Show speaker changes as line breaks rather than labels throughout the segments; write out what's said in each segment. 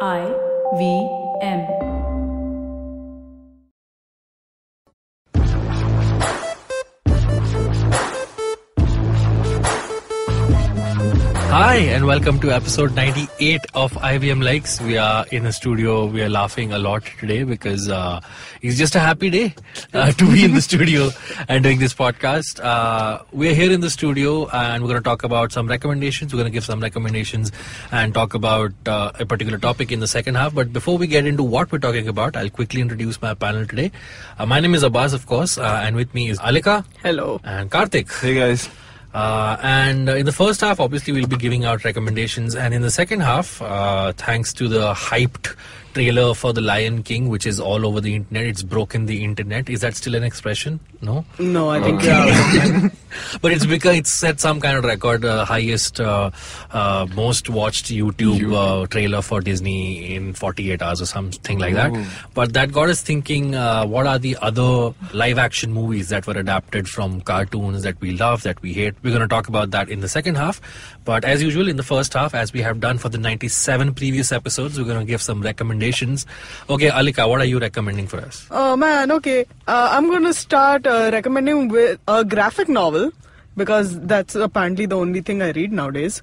I V M.
Hi, and welcome to episode 98 of IBM Likes. We are in a studio. We are laughing a lot today because uh, it's just a happy day uh, to be in the studio and doing this podcast. Uh, we're here in the studio and we're going to talk about some recommendations. We're going to give some recommendations and talk about uh, a particular topic in the second half. But before we get into what we're talking about, I'll quickly introduce my panel today. Uh, my name is Abbas, of course, uh, and with me is Alika
Hello.
and Karthik.
Hey guys.
Uh, and uh, in the first half, obviously, we'll be giving out recommendations. And in the second half, uh, thanks to the hyped trailer for The Lion King, which is all over the internet, it's broken the internet. Is that still an expression? No?
No, I think yeah.
but it's because it's set some kind of record, uh, highest, uh, uh, most watched YouTube uh, trailer for Disney in 48 hours or something like that. But that got us thinking: uh, what are the other live-action movies that were adapted from cartoons that we love, that we hate? We're going to talk about that in the second half. But as usual, in the first half, as we have done for the 97 previous episodes, we're going to give some recommendations. Okay, Alika, what are you recommending for us?
Oh man, okay. Uh, I'm gonna start uh, recommending with a graphic novel because that's apparently the only thing I read nowadays.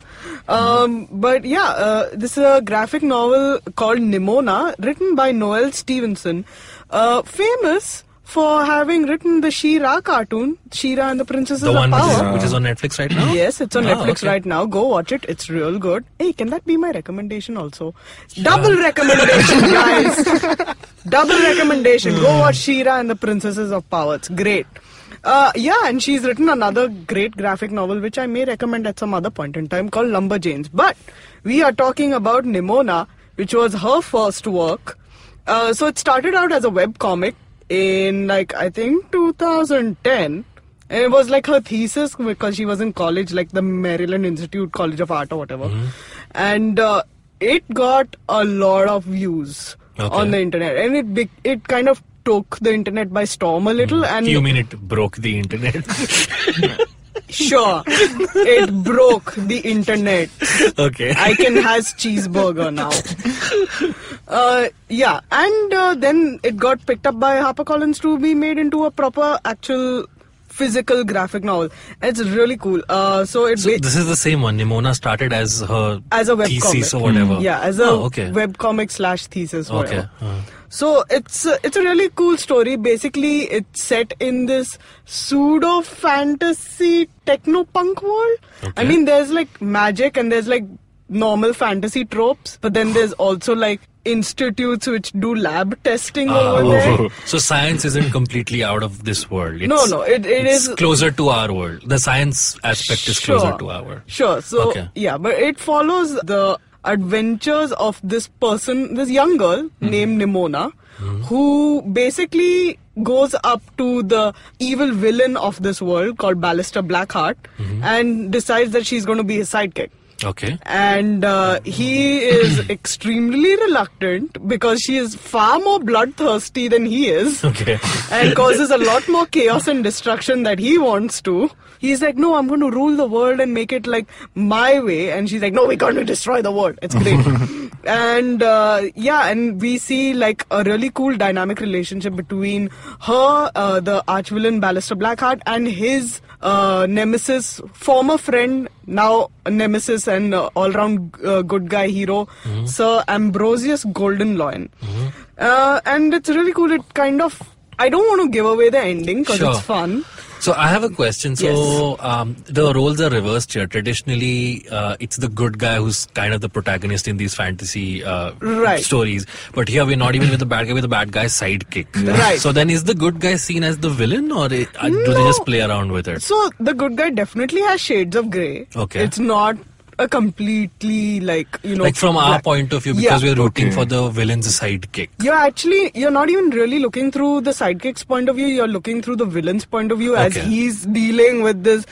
Um, But yeah, uh, this is a graphic novel called Nimona, written by Noel Stevenson, uh, famous for having written the She-Ra cartoon, She-Ra and the Princesses
The
of
one which
Power.
is, which is on Netflix right now.
Yes, it's on
Ah,
Netflix
okay.
right now. Go watch it. It's real good. Hey, can that be my recommendation also? Double recommendation, guys. Double recommendation. Go watch Shira and the Princesses of Power. It's great. Uh, yeah, and she's written another great graphic novel which I may recommend at some other point in time called Lumberjanes. But we are talking about Nimona, which was her first work. Uh, so it started out as a web comic in like I think 2010. And it was like her thesis because she was in college, like the Maryland Institute College of Art or whatever. And uh, it got a lot of views
Okay.
on the internet, and it be- it kind of took the internet by storm a little. And
Mm. You mean it broke the internet?
sure, it broke the internet.
okay.
I can has cheeseburger now. Uh, yeah, and uh, then it got picked up by HarperCollins to be made into a proper actual physical graphic novel. It's really cool. Uh, so it
so
ba-
this is the same one. Nimona started as her
as a web
thesis
comic.
or whatever.
Yeah, as a
oh, okay.
web comic slash thesis. Whatever.
Okay. Uh,
So it's a, it's a really cool story. Basically, it's set in this pseudo fantasy techno punk world. I
Okay.
mean, there's like magic and there's like normal fantasy tropes, but then there's also like institutes which do lab testing
ah,
over there.
okay. So science isn't completely out of this world. It's,
No, no, it, it
it's
is
closer to our world. The science aspect is closer to our.
Sure. So
Okay.
yeah, but it follows the adventures of this person, this young girl
Mm-hmm.
named Nimona, who basically goes up to the evil villain of this world called Ballister Blackheart
Mm-hmm.
and decides that she's going to be his sidekick.
Okay.
And uh, he is extremely reluctant because she is far more bloodthirsty than he is
Okay.
and causes a lot more chaos and destruction that he wants to. He's like, no, I'm going to rule the world and make it like my way. And she's like, no, we're going to destroy the world. It's great. and uh, yeah, and we see like a really cool dynamic relationship between her, uh, the archvillain Ballister Blackheart, and his uh, nemesis, former friend, now nemesis and uh, all-round uh, good guy hero, Sir Ambrosius Goldenloin. Uh, and it's really cool. It kind of I don't want to give away the ending because
Sure.
it's fun.
So I have a question. So
Yes.
um, the roles are reversed here. Traditionally, uh, it's the good guy who's kind of the protagonist in these fantasy uh,
Right.
stories. But here we're not even with the bad guy; with the bad guy's sidekick.
Right.
So then, is the good guy seen as the villain, or it, uh, do they
No.
just play around with it?
So the good guy definitely has shades of grey.
Okay.
It's not a completely like you know
like from our
black-
point of view,
Yeah.
because we're rooting
Okay.
for the villain's sidekick.
You're actually you're not even really looking through the sidekick's point of view. You're looking through the villain's point of view as
Okay.
he's dealing with this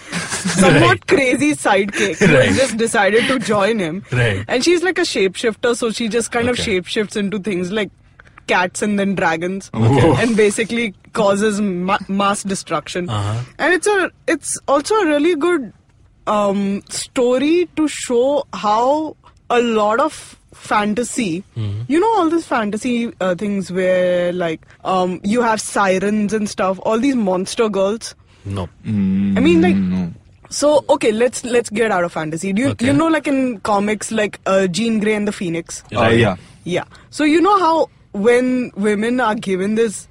somewhat
Right.
crazy sidekick who
Right.
just decided to join him.
Right.
And she's like a shapeshifter, so she just kind of
Okay.
shapeshifts into things like cats and then dragons, and basically causes ma- mass destruction.
Uh-huh.
And it's a it's also a really good um, story to show how a lot of fantasy,
Mm-hmm.
you know all these fantasy uh, things where like um, you have sirens and stuff. All these monster girls.
No.
Mm.
I mean, like. So okay, let's let's get out of fantasy. Do you
Okay.
you know like in comics like uh, Jean Grey and the Phoenix?
Oh, Yeah.
Uh, yeah.
Yeah. So you know how when women are given this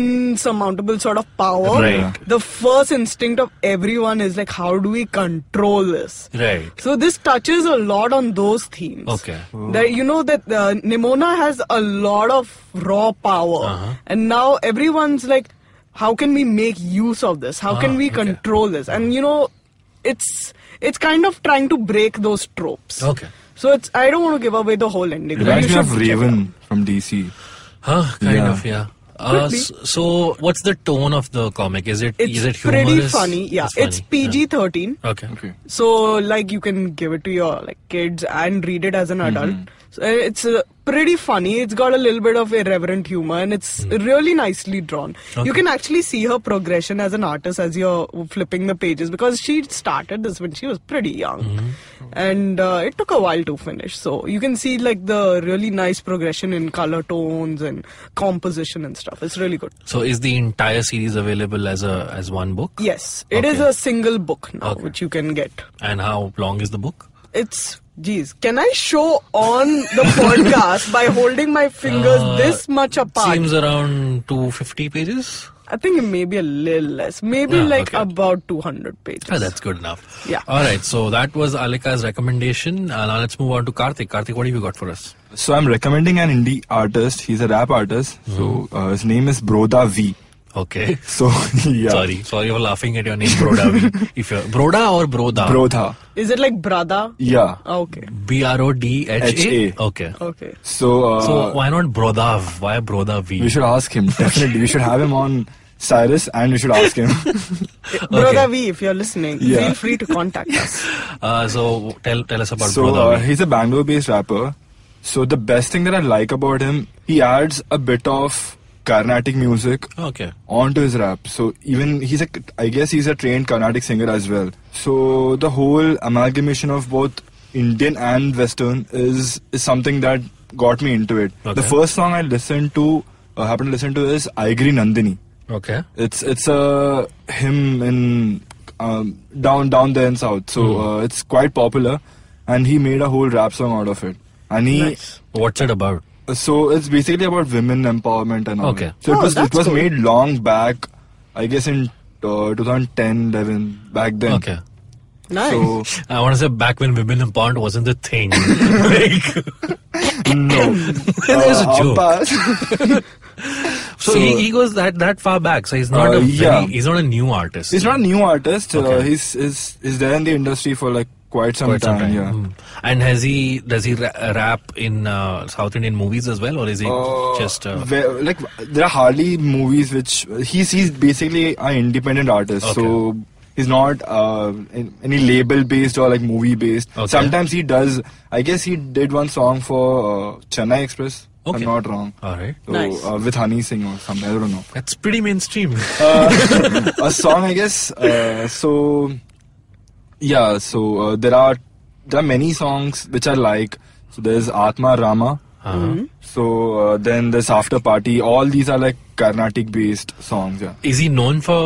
insurmountable sort of power,
Right.
the first instinct of everyone is like, how do we control this?
Right.
So this touches a lot on those themes.
Okay.
That you know that uh, Nimona has a lot of raw power,
Uh-huh.
and now everyone's like, how can we make use of this? How
Ah,
can we
okay.
control this? And you know, it's it's kind of trying to break those tropes.
Okay.
So it's I don't want to give away the whole ending. but
Reminds
you
me of
should check it out.
Raven from DC.
Huh? Kind
Yeah.
of. Yeah. Uh,
Could be.
s- so, what's the tone of the comic? Is it
It's
is it humorous?
pretty funny. Yeah, it's,
funny.
PG thirteen.
Yeah. Okay.
Okay.
So, like, you can give it to your like kids and read it as an
Mm-hmm.
adult. So, uh, it's uh, pretty funny. It's got a little bit of irreverent humor, and it's
Mm.
really nicely drawn. You can actually see her progression as an artist as you're flipping the pages because she started this when she was pretty young,
Mm-hmm.
and uh, it took a while to finish. So you can see like the really nice progression in color tones and composition and stuff. It's really good.
So, is the entire series available as a as one book?
Yes, it is
Okay.
a single book now,
Okay.
which you can get.
And how long is the book?
It's geez. Can I show on the podcast by holding my fingers
Uh,
this much apart?
Seems around two fifty pages.
I think it may be a little less. Maybe
Yeah,
like
okay.
about 200 pages.
Ah, that's good enough.
Yeah.
All right. So that was Alika's recommendation. Uh, now let's move on to Karthik. Karthik, what have you got for us?
So I'm recommending an indie artist. He's a rap artist.
Mm-hmm.
So uh, his name is Broda V.
Okay.
So yeah,
Sorry. Sorry for laughing at your name, Broda. if you're Broda or Broda.
Brodha.
Is it like Brada?
Yeah.
Oh, okay.
B R O D H A.
H.A..
Okay.
Okay.
So uh,
So why not Brodav? Why Broda
we
V?
should ask him definitely. we should have him on Cyrus, and we should ask him.
Brother V, if you're listening,
Yeah.
feel free to contact us.
Uh, so tell tell us about
so
Broda
uh,
V.
he's a Bangalore-based rapper. So the best thing that I like about him, he adds a bit of Carnatic music
Okay.
onto his rap. So even he's a, I guess he's a trained Carnatic singer as well. So the whole amalgamation of both Indian and Western is is something that got me into it.
Okay.
The first song I listened to, uh, happened to listen to is Aigri Nandini.
Okay.
It's it's a hymn in um, down down there in south, so uh, it's quite popular, and he made a whole rap song out of it. And he
nice.
What's it about?
so it's basically about women empowerment and all.
Okay.
that. So it
Oh,
was it
that's
was
cool.
made long back, I guess in uh, 2010, 11 back then.
Okay.
Nice.
So uh,
I want to say back when women in pond wasn't the thing. like,
no,
There's a
Uh, our
joke.
past-
so
So-
he, he goes that that far back. So he's not
Uh,
a very,
yeah.
he's not a new artist.
he's not a new artist. Uh,
Okay.
he's is is there in the industry for like quite some
quite some time.
Yeah.
Mm. And has he does he ra- rap in uh, South Indian movies as well, or is he
Uh,
just uh,
where- like there are hardly movies which he's he's basically an independent artist so he's not uh, in, any label based or like movie based
Okay.
sometimes he does i guess he did one song for uh, chennai express if
Okay.
i'm not wrong
all right?
so,
Nice.
uh, with honey singh or something i don't know
That's pretty mainstream.
uh, a song i guess uh, so yeah so uh, there are there are many songs which i like so there's atma rama
Uh-huh.
so uh, then this after party, all these are like Carnatic based songs. Yeah.
Is he known for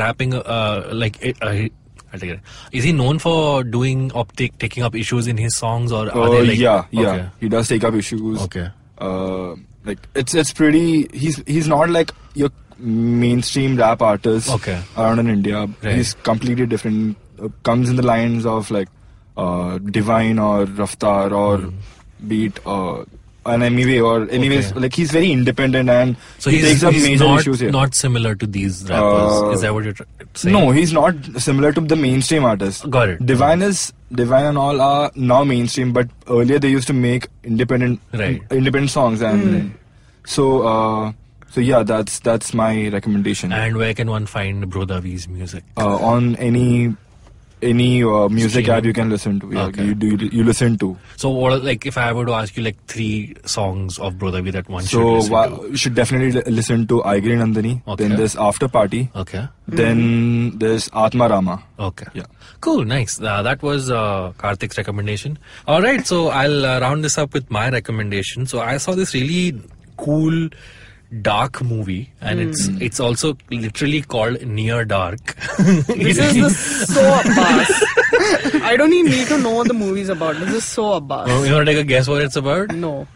rapping? Uh, like, it- uh, he- I'll take it. Is he known for doing optic taking up issues in his songs, or are
Uh,
they like
yeah, yeah.
Okay.
He does take up issues.
Okay.
Uh, like it's it's pretty. He's he's not like your mainstream rap artist.
Okay.
Around in India,
Right.
he's completely different. Uh, comes in the lines of like uh, Divine or Raftar or Beat or. And anyway, or anyways,
Hmm. Okay.
like he's very independent and
So
he
he's,
takes up
he's
major
not,
issues here.
not similar to these rappers.
Uh,
Is that what you're tr- saying?
No, he's not similar to the mainstream artists.
Got it.
Divine is Divine and all are now mainstream, but earlier they used to make independent,
Right.
independent songs, and so uh, so yeah, that's that's my recommendation.
And where can one find Brodavi's music?
uh, on any any uh, music
Streaming.
app you can listen to. Yeah,
Okay.
you, do, you, you listen to.
So, what are- like if I were to ask you like three songs of Brodavi that one should
so
listen
wa-
to?
you should definitely li- listen to Aigiri Nandini.
Okay.
Then there's After Party.
Okay.
Then there's Atma Rama.
Okay.
Yeah.
Cool. Nice. Uh, that was uh, Karthik's recommendation. All right. So I'll uh, round this up with my recommendation. So I saw this really cool dark movie and it's
Hmm.
it's also literally called near dark
This is the so Abbas. I don't even need to know what the movie's about. This is so Abbas.
you want to take a guess what it's about
No.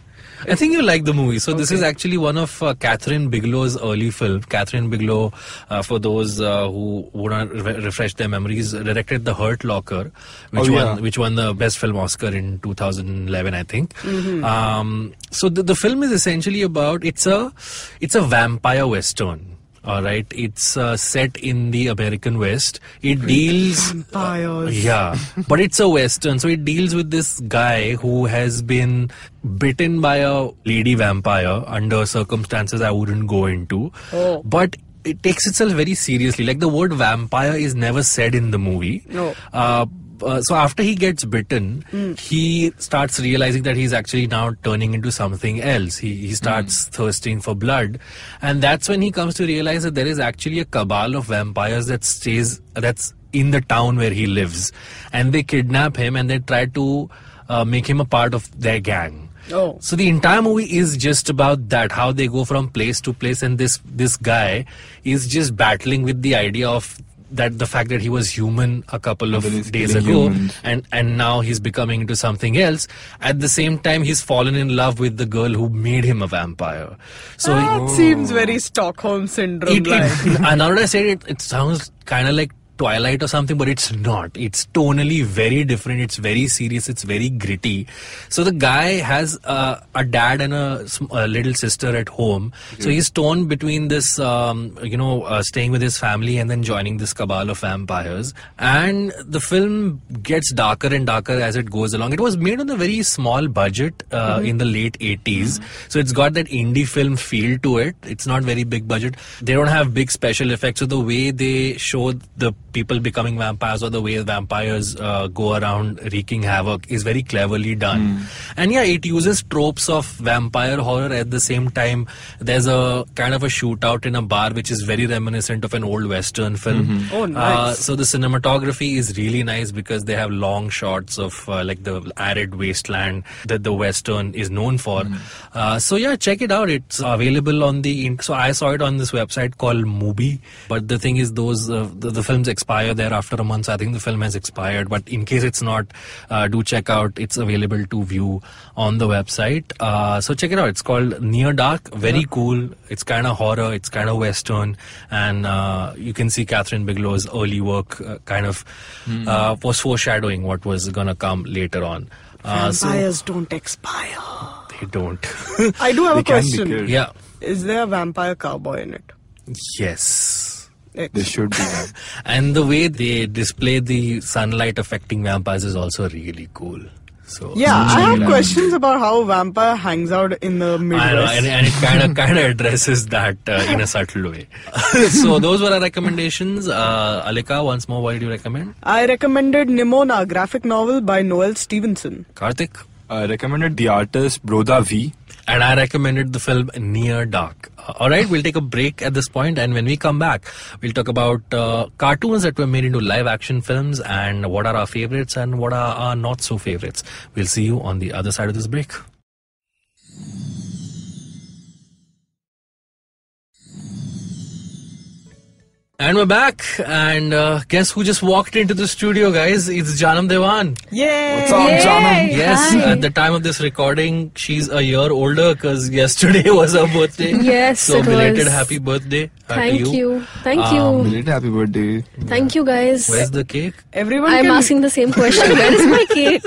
I think you like the movie. So this is actually one of uh, Catherine Bigelow's early film. Catherine Bigelow, uh, for those uh, who want to re- refresh their memories, directed The Hurt Locker, which won
Oh, yeah.
which won the Best Film Oscar in 2011, I think. Um, so the, the film is essentially about it's a it's a vampire western. All right, it's uh, set in the American West. It deals uh,
Vampires.
yeah, but it's a western, so it deals with this guy who has been bitten by a lady vampire under circumstances I wouldn't go into.
Oh.
But it takes itself very seriously. Like the word vampire is never said in the movie.
No.
Uh, uh, so after he gets bitten, he starts realizing that he's actually now turning into something else. He, he starts thirsting for blood, and that's when he comes to realize that there is actually a cabal of vampires that stays that's in the town where he lives, and they kidnap him and they try to uh, make him a part of their gang.
Oh.
So the entire movie is just about that, how they go from place to place, and this this guy is just battling with the idea of that the fact that he was human a couple
then
of
he's
days
killing
ago
humans.
and and now he's becoming into something else at the same time he's fallen in love with the girl who made him a vampire so
That seems very Stockholm syndrome.
it,
like.
it, and now that I said it, it sounds kind of like Twilight or something, but it's not. It's tonally very different. It's very serious. It's very gritty. So the guy has uh, a dad and a, sm- a little sister at home. So he's torn between this, um, you know, uh, staying with his family and then joining this cabal of vampires. And the film gets darker and darker as it goes along. It was made on a very small budget uh,
Mm-hmm.
in the late 80s. So it's got that indie film feel to it. It's not very big budget. They don't have big special effects. So the way they show the people becoming vampires or the way vampires uh, go around wreaking havoc is very cleverly done.
Mm.
And yeah, it uses tropes of vampire horror at the same time. There's a kind of a shootout in a bar which is very reminiscent of an old western film.
Oh, nice.
Uh, so the cinematography is really nice because they have long shots of uh, like the arid wasteland that the western is known for. Uh, so yeah, check it out. It's available on the. In- so I saw it on this website called Mubi. But the thing is, those uh, the, the films expire there after a month. So I think the film has expired. But in case it's not, uh, do check out. It's available to view on the website. Uh, so check it out. It's called Near Dark. Very cool. It's kind of horror. It's kind of western, and uh, you can see Catherine Bigelow's early work uh, kind of uh, was foreshadowing what was gonna come later on. Uh, so
Vampires don't expire.
they don't.
I do have
They
a
can be
question.
killed.
yeah.
Is there a vampire cowboy in it?
Yes.
They
Ex-
should be. yeah.
And the way they display the sunlight affecting vampires is also really cool. So
Yeah, I
check it
have
out.
questions about how vampire hangs out in the
I know,
Midwest.
and, and it kind of kind of addresses that uh, in a subtle way. so those were our recommendations. Uh, Alika, once more, what did you recommend?
I recommended Nimona, a graphic novel by Noel Stevenson.
Karthik.
I recommended the artist Broda V.
And I recommended the film Near Dark. Uh, all right, we'll take a break at this point, and when we come back, we'll talk about uh, cartoons that were made into live action films and what are our favorites and what are our not so favorites. We'll see you on the other side of this break. And we're back, and uh, guess who just walked into the studio, guys? It's Janam Devan.
Yay!
What's up, Janam?
Yes,
Hi.
at the time of this recording, she's a year older because yesterday was her birthday.
Yes,
so
it
belated
was.
happy birthday uh,
Thank
to
you.
you. Um,
Thank you.
Belated happy birthday.
Thank you, guys.
Where's the cake?
Everyone,
I'm
can,
asking the same question. Where is my cake?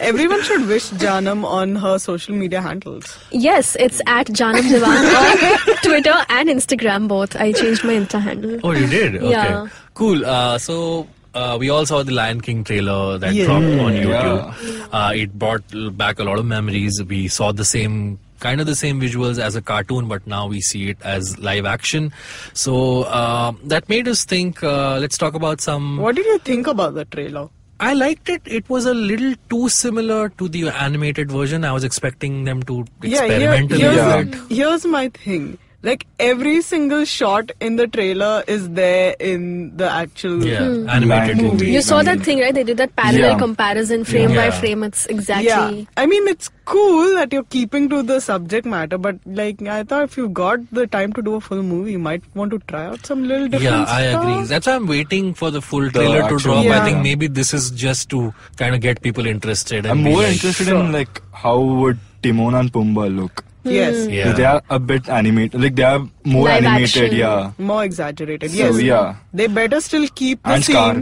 everyone should wish Janam on her social media handles.
yes, it's at Janam Devan on Twitter and Instagram both. I changed my Insta handle.
Oh, you did. Okay,
Yeah.
cool. Uh, so. Uh, we all saw the Lion King trailer that
Yeah.
dropped on
Yeah.
YouTube. Uh, it brought l- back a lot of memories. We saw the same kind of the same visuals as a cartoon, but now we see it as live action. So uh, that made us think. Uh, let's talk about some.
What did you think about the trailer?
I liked it. It was a little too similar to the animated version. I was expecting them to experiment
here-
a little
here's,
bit.
here's my thing. Like every single shot in the trailer is there in the actual.
Yeah, animated
Lion
movie.
movie.
You saw that
Lion.
thing, right? They did that parallel
Yeah.
comparison frame by
Yeah.
frame. It's
Yeah,
exactly.
I mean it's cool that you're keeping to the subject matter, but like I thought, if you got the time to do a full movie, you might want to try out some little different
Yeah, I agree.
stuff.
That's why I'm waiting for the full trailer to
actual-
drop. I
Yeah.
think maybe this is just to kind of get people interested. And
I'm
be
more
like-
interested in like how would Timon and Pumbaa look?
Hmm. Yes,
Yeah.
They are a bit animated. Like they are more
Live
animated.
action.
Yeah.
more exaggerated.
So,
yes,
yeah.
They better still keep the
And
scene
Scar.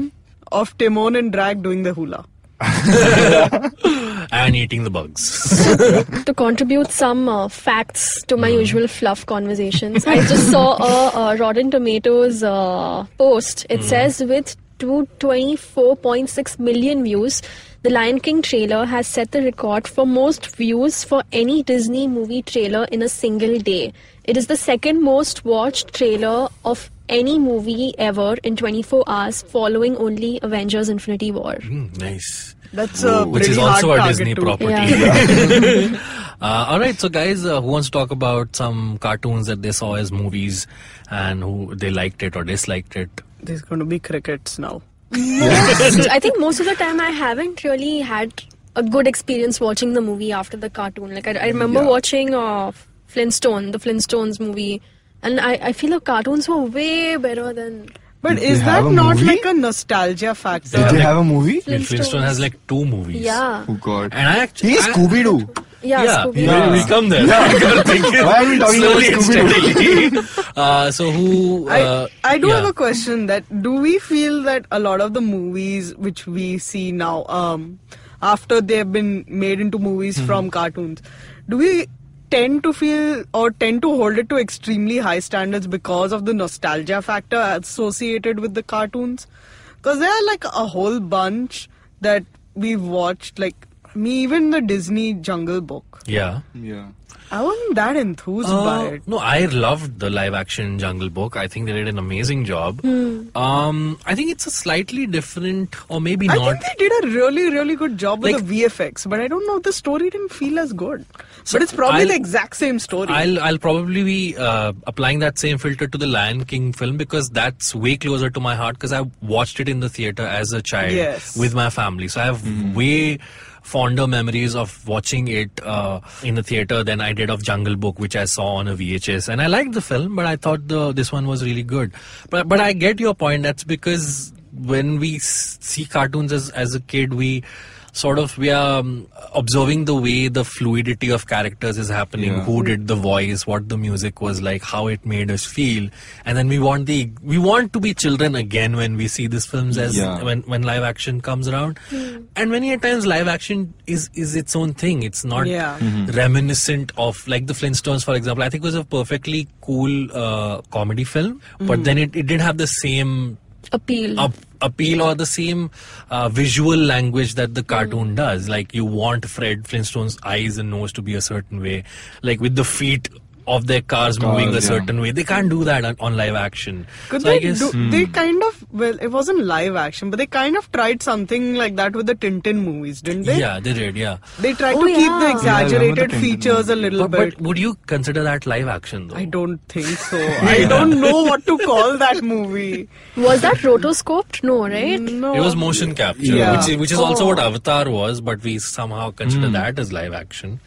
of Timon and Drag doing the hula.
and eating the bugs.
To contribute some uh, facts to my usual fluff conversations, I just saw a, uh Rotten Tomatoes uh, post. It says with 224.6 million views, the Lion King trailer has set the record for most views for any Disney movie trailer in a single day. It is the second most watched trailer of any movie ever in 24 hours, following only Avengers Infinity War.
Mm, nice.
That's a
Which
pretty
is
hard
also a
target
Disney
to-
property.
Yeah.
Uh, all right, so guys, uh, who wants to talk about some cartoons that they saw as movies and who they liked it or disliked it?
There's going to be crickets now.
most, I think most of the time I haven't really had a good experience watching the movie after the cartoon. Like I, I remember watching uh, Flintstone, the Flintstones movie, and I, I feel the cartoons were way better than
But
Did
is
they
that
have a
not
movie?
like a nostalgia factor?
Did they have a movie?
I mean, Flintstone
Flintstones.
has like two movies.
yeah,
Oh God.
And I actually.
He's Scooby Doo.
yeah.
Yeah,
Scooby.
yeah. We, we come there.
Why are we talking about
Slowly and
Scooby Doo?
steadily. uh, so who?
I,
uh,
I do
yeah.
have a question that do we feel that a lot of the movies which we see now um, after they've been made into movies
Hmm.
from cartoons do we tend to feel or tend to hold it to extremely high standards because of the nostalgia factor associated with the cartoons because there are like a whole bunch that we've watched like me even the Disney Jungle Book
Yeah.
Yeah.
I wasn't that enthused by
Uh,
it
no, I loved the live action Jungle Book. I think they did an amazing job. Um, I think it's a slightly different, or maybe
Hmm. I
not.
think they did a really, really good job with
Like-
the VFX, but I don't know. The story didn't feel as good. but it's probably
I'll-
the exact same story.
I'll I'll probably be uh, applying that same filter to the Lion King film because that's way closer to my heart because I watched it in the theater as a child
Yes.
with my family, so I have way fonder memories of watching it uh, in the theater than I did of Jungle Book, which I saw on a VHS, and I liked the film, but I thought the this one was really good. But but I get your point. That's because when we s- see cartoons as as a kid, we sort of we are um, observing the way the fluidity of characters is happening
Yeah.
who who did the voice, what the music was like, how it made us feel, and then we want the we want to be children again when we see these films as
Yeah.
when when live action comes around, and many a times live action is is its own thing. It's not
Yeah.
Mm-hmm.
reminiscent of like the Flintstones, for example. I think was a perfectly cool uh, comedy film,
Mm-hmm.
but then it, it didn't have the same
Appeal.
up, appeal or the same uh, visual language that the
Mm.
cartoon does. Like you want Fred Flintstone's eyes and nose to be a certain way, like with the feet of their cars, moving a
Cars, yeah.
certain way. They can't do that on, on live action.
Could
so
they,
I guess Hmm.
do, they kind of well, it wasn't live action, but they kind of tried something like that with the Tintin movies, didn't they?
yeah, they did. Yeah,
They tried
Oh,
to keep
yeah.
the
Yeah,
exaggerated
the Tintin
features a little
but,
bit.
but would you consider that live action though?
I don't think so. I don't know what to call that movie.
Was that rotoscoped? No, right?
Mm,
No.
It was motion capture,
Yeah.
which is, which is also
Oh.
what Avatar was, but we somehow consider that as live action.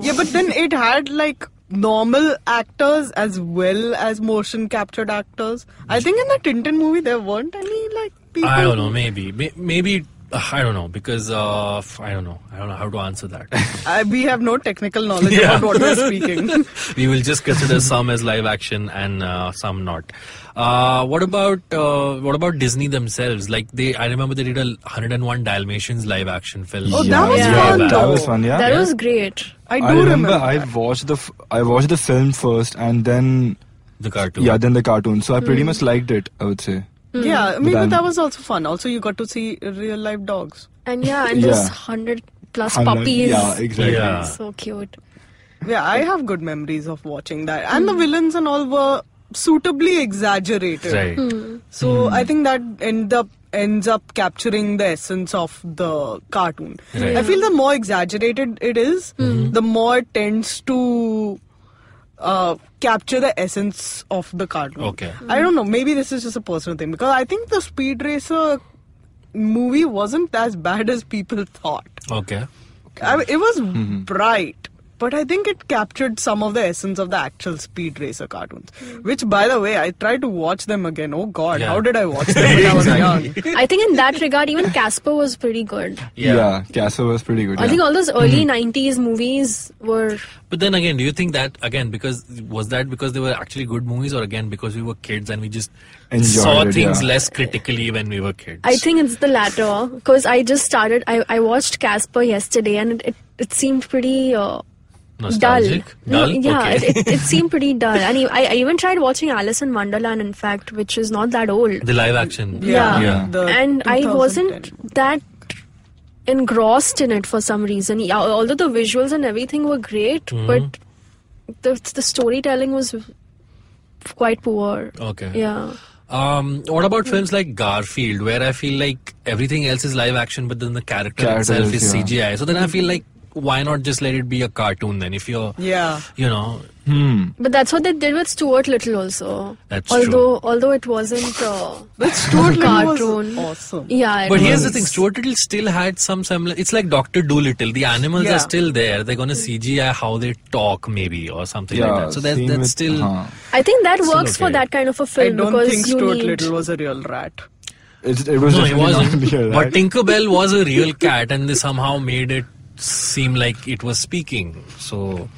Yeah, but then it had like normal actors as well as motion captured actors. I think in the Tintin movie there weren't any like people.
I don't know, maybe, May- maybe uh, I don't know because uh, f- I don't know, I don't know how to answer that.
I, we have no technical knowledge
Yeah.
about what we're speaking.
we will just consider some as live action and uh, some not. Uh, what about uh, what about Disney themselves? Like they, I remember they did a 101 Dalmatians live action film.
Oh, that
yeah,
was
yeah,
fun,
That
though.
was fun. Yeah.
that was great.
I do
I remember,
remember.
I watched the f- I watched the film first and then
the cartoon.
yeah then the cartoon. So I
Hmm.
pretty much liked it. I would say.
Yeah, I mean, but
Then-
that was also fun. Also, you got to see real life dogs.
And yeah, and there's
Yeah.
hundred plus
Unlike-
puppies.
Yeah, exactly.
Yeah.
So cute.
Yeah, I have good memories of watching that. And
Hmm.
the villains and all were suitably exaggerated.
Right.
So
Hmm.
I think that end up ends up capturing the essence of the cartoon.
Right. Hmm.
I feel the more exaggerated it is, the more it tends to uh, capture the essence of the cartoon.
Okay.
I don't know. Maybe this is just a personal thing because I think the Speed Racer movie wasn't as bad as people thought.
Okay.
I mean, it was bright, but I think it captured some of the essence of the actual Speed Racer cartoons. Which, by the way, I tried to watch them again. Oh God,
Yeah.
how did I watch them when I was young?
I think in that regard, even Casper was pretty good.
Yeah, Casper was pretty good.
I think
yeah. Mm-hmm.
all those early 90s movies were.
But then again, do you think that again because was that because they were actually good movies, or again because we were kids and we just
Enjoyed
saw
it,
things
yeah.
less critically when we were kids?
I think it's the latter because I just started. I, I watched Casper yesterday and it, it, it seemed pretty. Uh,
nostalgic.
Dull.
Dull?
No, yeah,
Okay.
it, it, it seemed pretty dull. And e- I, I even tried watching Alice in Wonderland, in fact, which is not that old.
the live action.
Yeah.
Yeah.
the
and I
2010.
wasn't that engrossed in it for some reason. Yeah, although the visuals and everything were great,
Mm-hmm.
but the the storytelling was quite poor.
Okay.
Yeah.
Um, what about films like Garfield, where I feel like everything else is live action, but then the character
Character
itself
is,
is
yeah.
CGI? So then I feel like why not just let it be a cartoon then? If you're,
yeah.
you know,
But that's what they did with Stuart Little also.
That's
although
true.
although it wasn't uh,
That Stuart Little was
Cartoon.
awesome.
yeah. it
But here's the
was.
thing: Stuart Little still had some semblance. It's like Doctor Dolittle. The animals
Yeah.
are still there. They're gonna CGI how they talk, maybe, or something
yeah,
like that. So that's
same
that's
with-
still.
uh-huh.
I think that
Still
works for
okay.
that kind of a
I
film
don't
because
think
you
Stuart
need
Little was a real rat.
It, it was
No, it
definitely
wasn't.
Not real,
But
right?
Tinkerbell was a real cat, and they somehow made it seem like it was speaking. So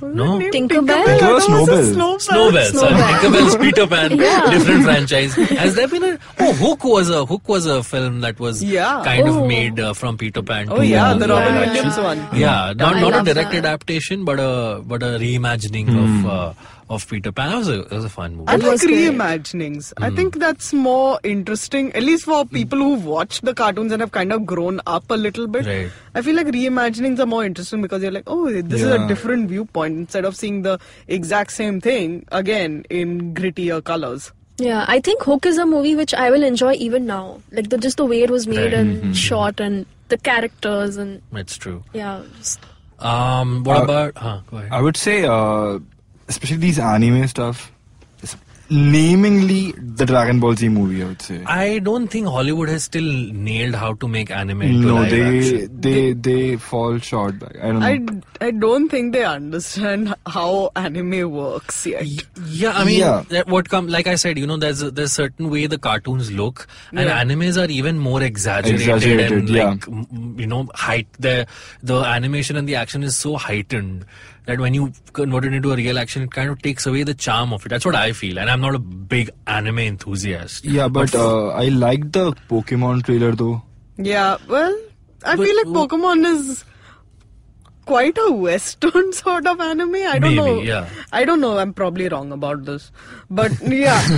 no.
Name
Tinkerbell?
Tinkerbell?
Tinker
I
was
thought it was a
Snowbell.
Snowbell, sorry,
Snowbell.
Tinkerbell's Peter Pan,
Yeah.
different franchise. Has there been a oh Hook was a Hook was a film that was
Yeah.
kind
Oh.
of made uh, from Peter Pan.
Oh
to,
yeah,
uh,
the Robin
Yeah.
Williams one.
Yeah, not
I
not a
love
directed
that.
adaptation, but a but a reimagining
Hmm.
of uh, of Peter Pan. That was a, that was a fun movie.
I
It
like
was great.
reimaginings. I think that's more interesting, at least for people who've watched the cartoons and have kind of grown up a little bit.
Right.
I feel like reimaginings are more interesting because you're like, oh, this is a
Yeah.
different viewpoint instead of seeing the exact same thing again in grittier colors.
Yeah, I think Hook is a movie which I will enjoy even now. Like the just the way it was made
Right. Mm-hmm.
and shot and the characters and
That's true.
yeah. just-
Um, what
Uh,
about? Huh, go ahead.
I would say, uh, especially these anime stuff, is namingly the Dragon Ball Z movie. I would say.
I don't think Hollywood has still nailed how to make anime into
no,
live
they,
action.
they they fall short. Back. I don't know.
I, I don't think they understand how anime works yet.
Yeah, I mean,
Yeah.
that what come like I said, you know, there's a, there's certain way the cartoons look, and
Yeah.
animes are even more exaggerated,
Exaggerated,
and
yeah.
like m- m- you know, height the the animation and the action is so heightened that when you convert it into a real action, it kind of takes away the charm of it. That's what I feel, and I'm not a big anime enthusiast.
yeah, but uh, I liked the Pokemon trailer though.
Yeah, well, I
But-
feel like Pokemon is quite a Western sort of anime. I don't
Maybe,
know.
yeah.
I don't know. I'm probably wrong about this, but yeah,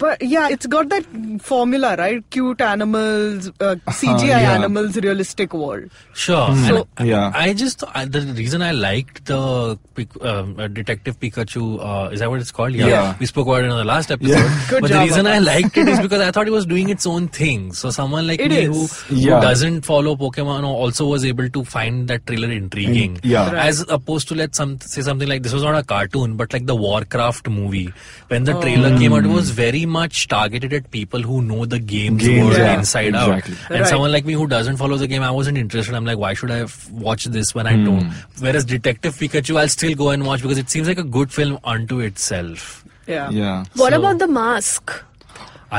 but yeah, it's got that formula, right? Cute animals, uh,
Uh-huh,
CGI
yeah.
animals, realistic world.
Sure.
So-
And I-
Hmm. Yeah.
I just I, the reason I liked the Pic- um, uh, Detective Pikachu uh, is that what it's called?
Yeah.
We spoke about it in the last episode.
Yeah.
Good
but the
job,
reason I
Akash.
liked it is because I thought it was doing its own thing. So someone like
It
me
is.
who, who
Yeah.
doesn't follow Pokemon also was able to find that trailer intriguing.
Mm, Yeah. Right.
As opposed to let some say something like this was not a cartoon but like the Warcraft movie when the trailer
Oh.
came
Mm.
out it was very much targeted at people who know the game's
Games,
world
yeah.
inside
Exactly.
out. And
Right.
someone like me who doesn't follow the game, I wasn't interested. I'm like, why should I f- watch this when I don't?
Hmm.
Whereas Detective Pikachu, I'll still go and watch because it seems like a good film unto itself.
Yeah,
Yeah.
What
So-
about the mask?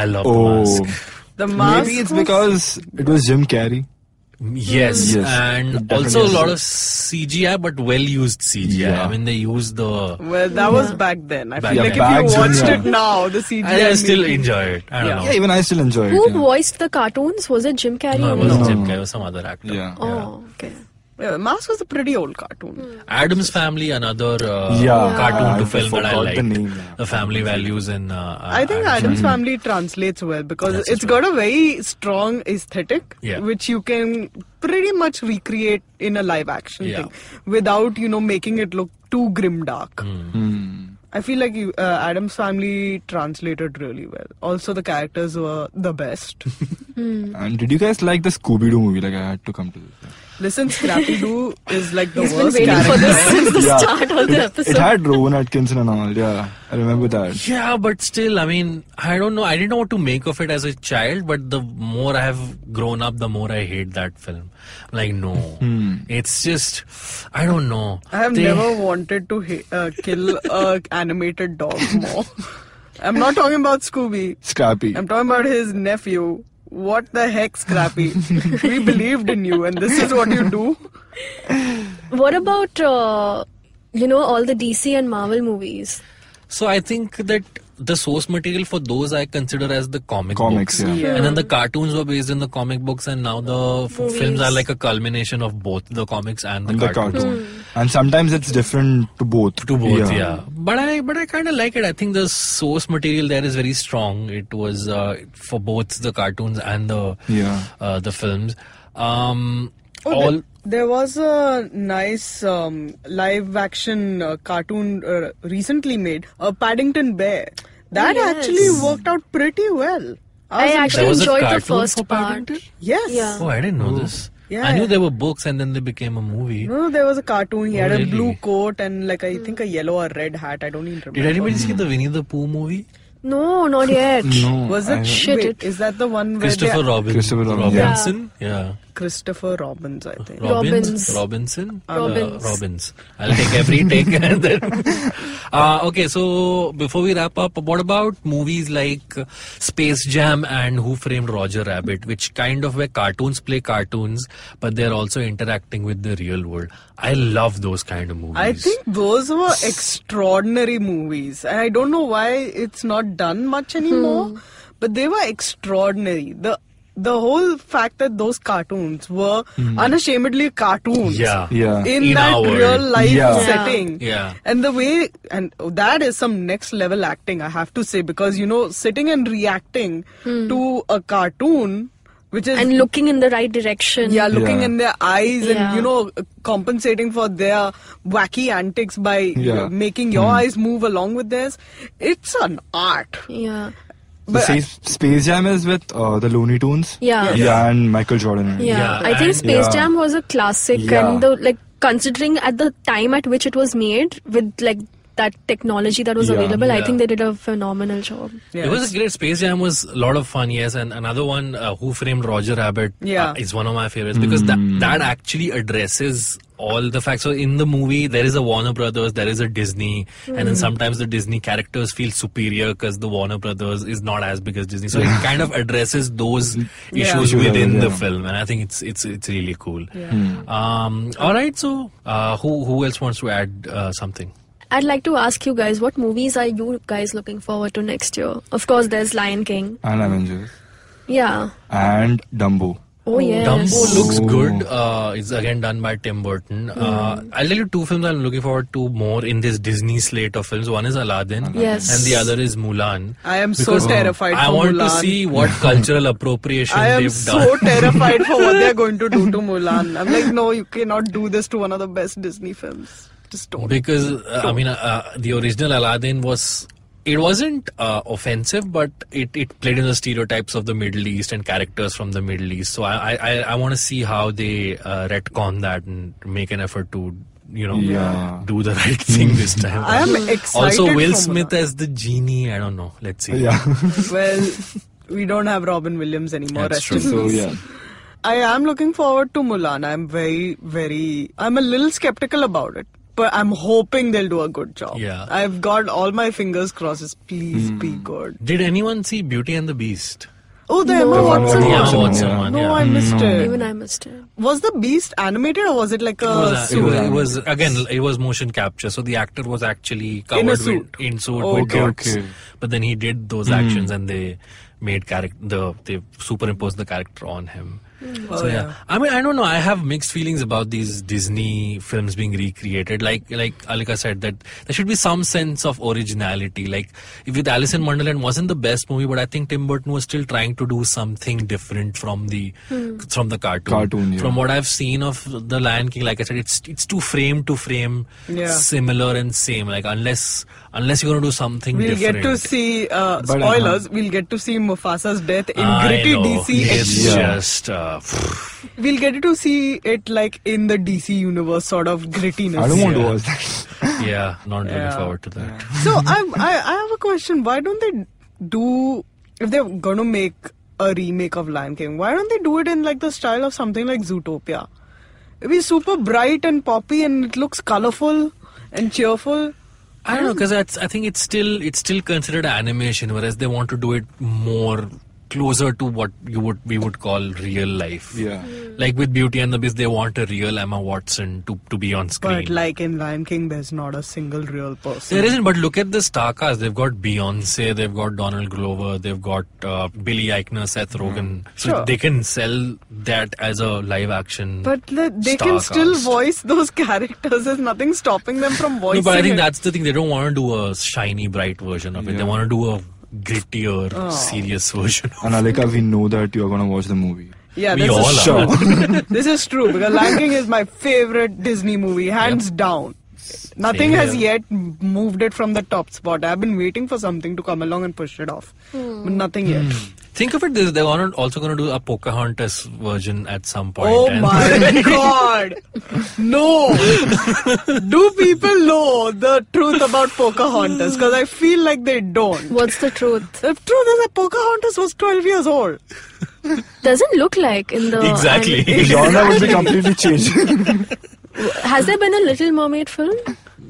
I love the
Oh,
mask.
the mask.
maybe it's
was-
because it was Jim Carrey.
Yes,
Yes, it
and
definitely
also a
is.
lot of CGI, but well used CGI. I
Yeah.
mean, they use the.
Well, that was back then. I
Back
feel like
then.
if
Back
you
then,
watched
yeah.
it now, the CGI.
I, I still
maybe-
enjoy it. I don't
Yeah.
know.
Yeah, even I still enjoy
Who
it. yeah.
voiced the cartoons? Was it Jim Carrey?
No, it
or
wasn't
not?
Jim Carrey. It was some other actor.
Yeah.
Oh, okay.
Yeah, mask was a pretty old cartoon.
Adam's Family, another uh,
Yeah.
cartoon
Yeah.
to
I
film that I
forgot the
liked.
name, yeah.
The family values in. Uh,
I think
Adam's
Adam's Family translates well because
That's
it's
true.
got a very strong aesthetic,
Yeah.
which you can pretty much recreate in a live action
Yeah.
thing without you know making it look too grim dark.
Hmm.
Hmm.
I feel like you, uh, Adam's family translated really well. Also, the characters were the best.
Hmm.
And did you guys like the Scooby Doo movie? Like I had to come to this.
Listen, Scrappy Doo is like the
He's been
worst
waiting for
character.
this since the
Yeah.
start of the episode.
It had Rowan Atkinson and all. Yeah, I remember that.
Yeah, but still, I mean, I don't know. I didn't know what to make of it as a child, but the more I have grown up, the more I hate that film. Like, no. Hmm. It's just, I don't know.
I have
They-
never wanted to ha- uh, kill a animated dog more. I'm not talking about Scooby.
Scrappy.
I'm talking about his nephew. What the heck, Scrappy? we believed in you, and this is what you do.
What about uh, you know all the DC and Marvel movies?
So I think that the source material for those I consider as the comic
Comics,
books.
yeah.
Yeah.
And then the cartoons were based in the comic books, and now the f-
Movies.
films are like a culmination of both the comics and the
And the
cartoons.
cartoon. And sometimes it's different to both.
To both, yeah. But I, but I kind of like it. I think the source material there is very strong. It was uh, for both the cartoons and the
Yeah.
uh, the films. Um,
Oh,
all
there, there was a nice um, live action uh, cartoon uh, recently made, a Paddington Bear. That
Oh, Yes.
actually worked out pretty well. I
I
was
actually
There was a
enjoyed the
cartoon for
first part.
Paddington?
Yes.
Yeah.
oh, I didn't know this.
Yeah.
I knew there were books, and then they became a movie.
No, no, there was a cartoon. He
Oh,
had a
really?
blue coat and like I think a yellow or red hat. I don't even remember.
Did anybody see
Hmm.
the Winnie the Pooh movie?
No, not yet.
No. uh,
Was it?
Shit,
wait,
it-
is that the one where
Christopher
they,
Robin.
Christopher Robin,
yeah.
Robinson. Yeah.
Christopher Robbins? I think.
Robbins.
Robbins.
Robinson.
Robbins.
Uh, Robbins. I'll take every take. and then- uh, okay, so before we wrap up, what about movies like uh, Space Jam and Who Framed Roger Rabbit, which kind of where cartoons play cartoons, but they're also interacting with the real world. I love those kind of movies.
I think those were extraordinary movies, and I don't know why it's not done much anymore.
Hmm.
But they were extraordinary. the The whole fact that those cartoons were unashamedly cartoons,
Hmm. Yeah.
Yeah.
in,
In
that
our world.
real life
Yeah. Yeah.
setting,
Yeah.
and the way and that is some next level acting, I have to say, because you know, sitting and reacting
Hmm.
to a cartoon, which is
And looking in the right direction.
yeah, looking
Yeah.
in their eyes and
Yeah.
you know compensating for their wacky antics by
Yeah.
making your eyes move along with theirs. It's an art.
Yeah.
The
But I-
Space, Space Jam is with uh, the Looney Tunes.
Yeah.
Yeah, and Michael Jordan.
Yeah.
Yeah,
I
and-
think Space
Yeah.
Jam was a classic
Yeah.
and the like considering at the time at which it was made with like that technology that was
Yeah.
available, I
Yeah.
think they did a phenomenal job.
Yeah,
It was
it's-
a great Space Jam was a lot of fun, yes, and another one, uh, Who Framed Roger Rabbit,
Yeah.
uh, is one of my favorites because that that actually addresses all the facts. So in the movie, there is a Warner Brothers, there is a Disney, and then
Hmm.
sometimes the Disney characters feel superior because the Warner Brothers is not as big as Disney. So it kind of addresses those issues
Issues,
within the
yeah.
film, and I think it's it's it's really cool. Um, all right, so uh, who who else wants to add uh, something?
I'd like to ask you guys what movies are you guys looking forward to next year? Of course there's Lion King.
And Avengers.
Yeah.
And Dumbo.
Oh yes.
Dumbo looks
Ooh.
good. Uh, it's again done by Tim Burton. Uh,
Hmm.
I'll tell you two films I'm looking forward to more in this Disney slate of films. One is Aladdin,
Yes.
and the other is Mulan.
I am so
Because
terrified.
I
for
want
Mulan.
to see what cultural appropriation
I am
they've
so
done.
terrified for what they're going to do to Mulan. I'm like, no, you cannot do this to one of the best Disney films. Just don't.
because uh, I mean, uh, the original Aladdin was. It wasn't uh, offensive, but it, it played in the stereotypes of the Middle East and characters from the Middle East. So I I, I, I want to see how they uh, retcon that and make an effort to you know
Yeah.
do the right thing this time.
I am excited.
also, Will
for
Smith
Mulan.
as the genie. I don't know. Let's see.
Yeah.
well, we don't have Robin Williams anymore.
That's
Rest
true.
in
so
peace.
yeah.
I am looking forward to Mulan. I'm very, very. I'm a little skeptical about it, but I'm hoping they'll do a good job.
Yeah.
I've got all my fingers crosses. Please be good.
Did anyone see Beauty and the Beast?
Oh, the
No.
Emma
The one
Watson.
with
Emma
one.
Watson
yeah.
one,
No,
yeah. Hmm.
I missed it.
Even I missed it.
was the Beast animated or was it like
It
a
was, it,
suit?
was, it was- again. It was motion capture, so the actor was actually covered
suit.
With, in suit
Okay,
with dots.
okay.
But then he did those actions, and they made character the they superimposed the character on him.
Oh,
so yeah.
yeah.
I mean I don't know. I have mixed feelings about these Disney films being recreated. Like like Alika said that there should be some sense of originality. Like if with Alice in Wonderland wasn't the best movie, but I think Tim Burton was still trying to do something different from the from the cartoon.
Cartoon, yeah.
From what I've seen of the Lion King, like I said, it's it's too frame to frame,
Yeah.
similar and same. Like unless unless you're gonna do something
We'll
different.
get to see uh,
But, uh,
spoilers. we'll get to see Mufasa's death in
I
gritty
know.
DC.
It's
Yeah.
just uh,
We'll get to see it like in the DC universe, sort of grittiness.
I don't want to
Yeah.
watch that.
yeah, not
Yeah.
looking forward to that.
So I, I I have a question. Why don't they do if they're gonna make a remake of Lion King? Why don't they do it in like the style of something like Zootopia? It'd be super bright and poppy, and it looks colorful and cheerful.
I don't know because I think it's still it's still considered animation, whereas they want to do it more closer to what you would we would call real life.
Yeah.
Like with Beauty and the Beast, they want a real Emma Watson to to be on screen.
But like in Lion King, there's not a single real person.
There isn't, but look at the star cast. They've got Beyonce, they've got Donald Glover, they've got uh, Billy Eichner, Seth
Hmm.
Rogen. So
Sure.
they can sell that as a live action.
But the, they
star
can still
cast.
voice those characters. There's nothing stopping them from voicing.
No, but I think
it.
that's the thing. They don't want to do a shiny, bright version of it. They
Yeah. Oh.
want to do a grittier, serious version.
And Alika, we know that you are gonna watch the movie.
Yeah,
We
this
all
is
are.
true. this is true because Lion King is my favorite Disney movie, hands down. Nothing
Same
has
here.
yet moved it from the top spot. I've been waiting for something to come along and push it off, but nothing yet.
Hmm, Think of it this they're gonna- also going to do a Pocahontas version at some point.
Oh
and-
my god! No! Do people know the truth about Pocahontas? Because I feel like they don't.
What's the truth?
The truth is that Pocahontas was 12 years old.
Doesn't look like in the
Exactly.
anim-
The genre would be completely changed.
Has there been a Little Mermaid film?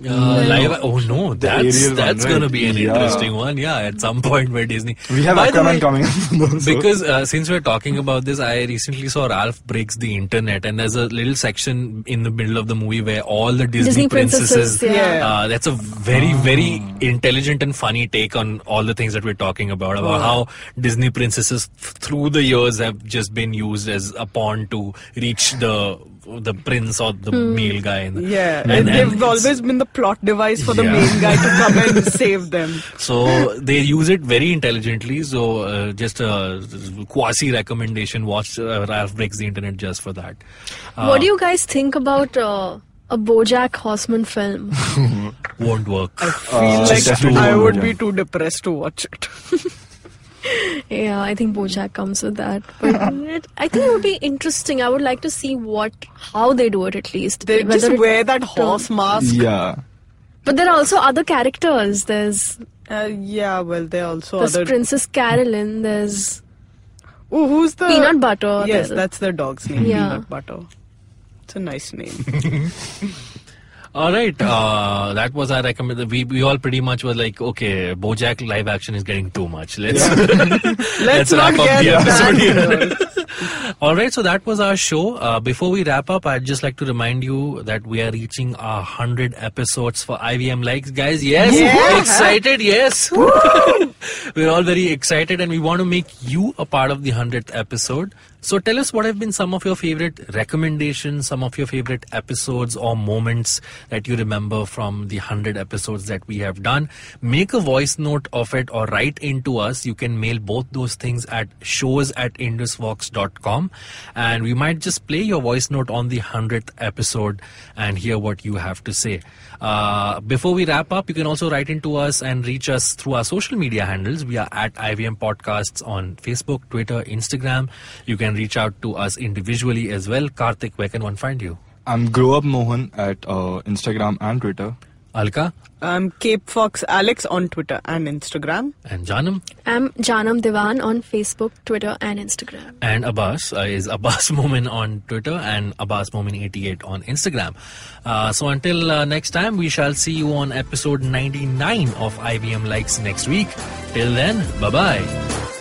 Uh, live, oh no, that's
aerial one,
that's
right?
going to be an
Yeah.
interesting one. Yeah, at some point by Disney.
we have
By the
Aquaman
way-
coming. up. So-
Because uh, since we're talking about this, I recently saw Ralph Breaks the Internet, and there's a little section in the middle of the movie where all the Disney,
Disney princesses,
yeah. Ah.
Uh, that's a very, very intelligent and funny take on all the things that we're talking about about
Ah.
how Disney princesses f- through the years have just been used as a pawn to reach the the prince or the
Hmm.
male guy. In the,
Yeah,
and-
and,
and
they've
it's-
always been the plot device for the
Yeah.
main guy to come and save them.
So they use it very intelligently. So uh, just a quasi recommendation. Watch uh, Ralph breaks the internet just for that. Uh,
what do you guys think about uh, a BoJack Horseman film?
Won't work.
feel
Uh,
like
definitely
I
one
would
would,
be
yeah.
too depressed to watch it.
yeah, I think BoJack comes with that. But it, I think it would be interesting. I would like to see what how they do it at least.
They
Whether
just
it-
wear that horse mask.
yeah.
But there are also other characters. There's
Uh, yeah, well, they also
there's
other.
Princess Carolyn. There's
Ooh, who's the
Peanut Butter.
Uh, Yes,
there's-
that's their dog's name.
Yeah.
Peanut Butter. It's a nice name.
All right, uh, that was our recommend. We, we all pretty much were like, okay, BoJack live action is getting too much. Let's
Let's not
wrap up
get
the
that.
episode here.
girl.
All right, so that was our show. Uh, before we wrap up, I'd just like to remind you that we are reaching our 100 episodes for IVM Likes, guys. Yes,
Yeah.
excited, yes. We're all very excited and we want to make you a part of the 100th episode. So tell us what have been some of your favorite recommendations, some of your favorite episodes or moments that you remember from the 100 episodes that we have done. Make a voice note of it or write into us. You can mail both those things at shows at indusvox.com and we might just play your voice note on the 100th episode and hear what you have to say. Uh, before we wrap up, you can also write into us and reach us through our social media handles. We are at IVM Podcasts on Facebook, Twitter, Instagram. You can reach out to us individually as well. Karthik, where can one find you?
I'm Grow Up Mohan at uh, Instagram and Twitter.
Alka
I'm Cape Fox Alex on Twitter and Instagram.
and Janam
I'm Janam Devan on Facebook, Twitter, and Instagram.
and Abbas uh, is Abbas Momin on Twitter and Abbas Momin88 on Instagram. Uh, so until uh, next time, we shall see you on episode 99 of IBM Likes next week. Till then, bye bye.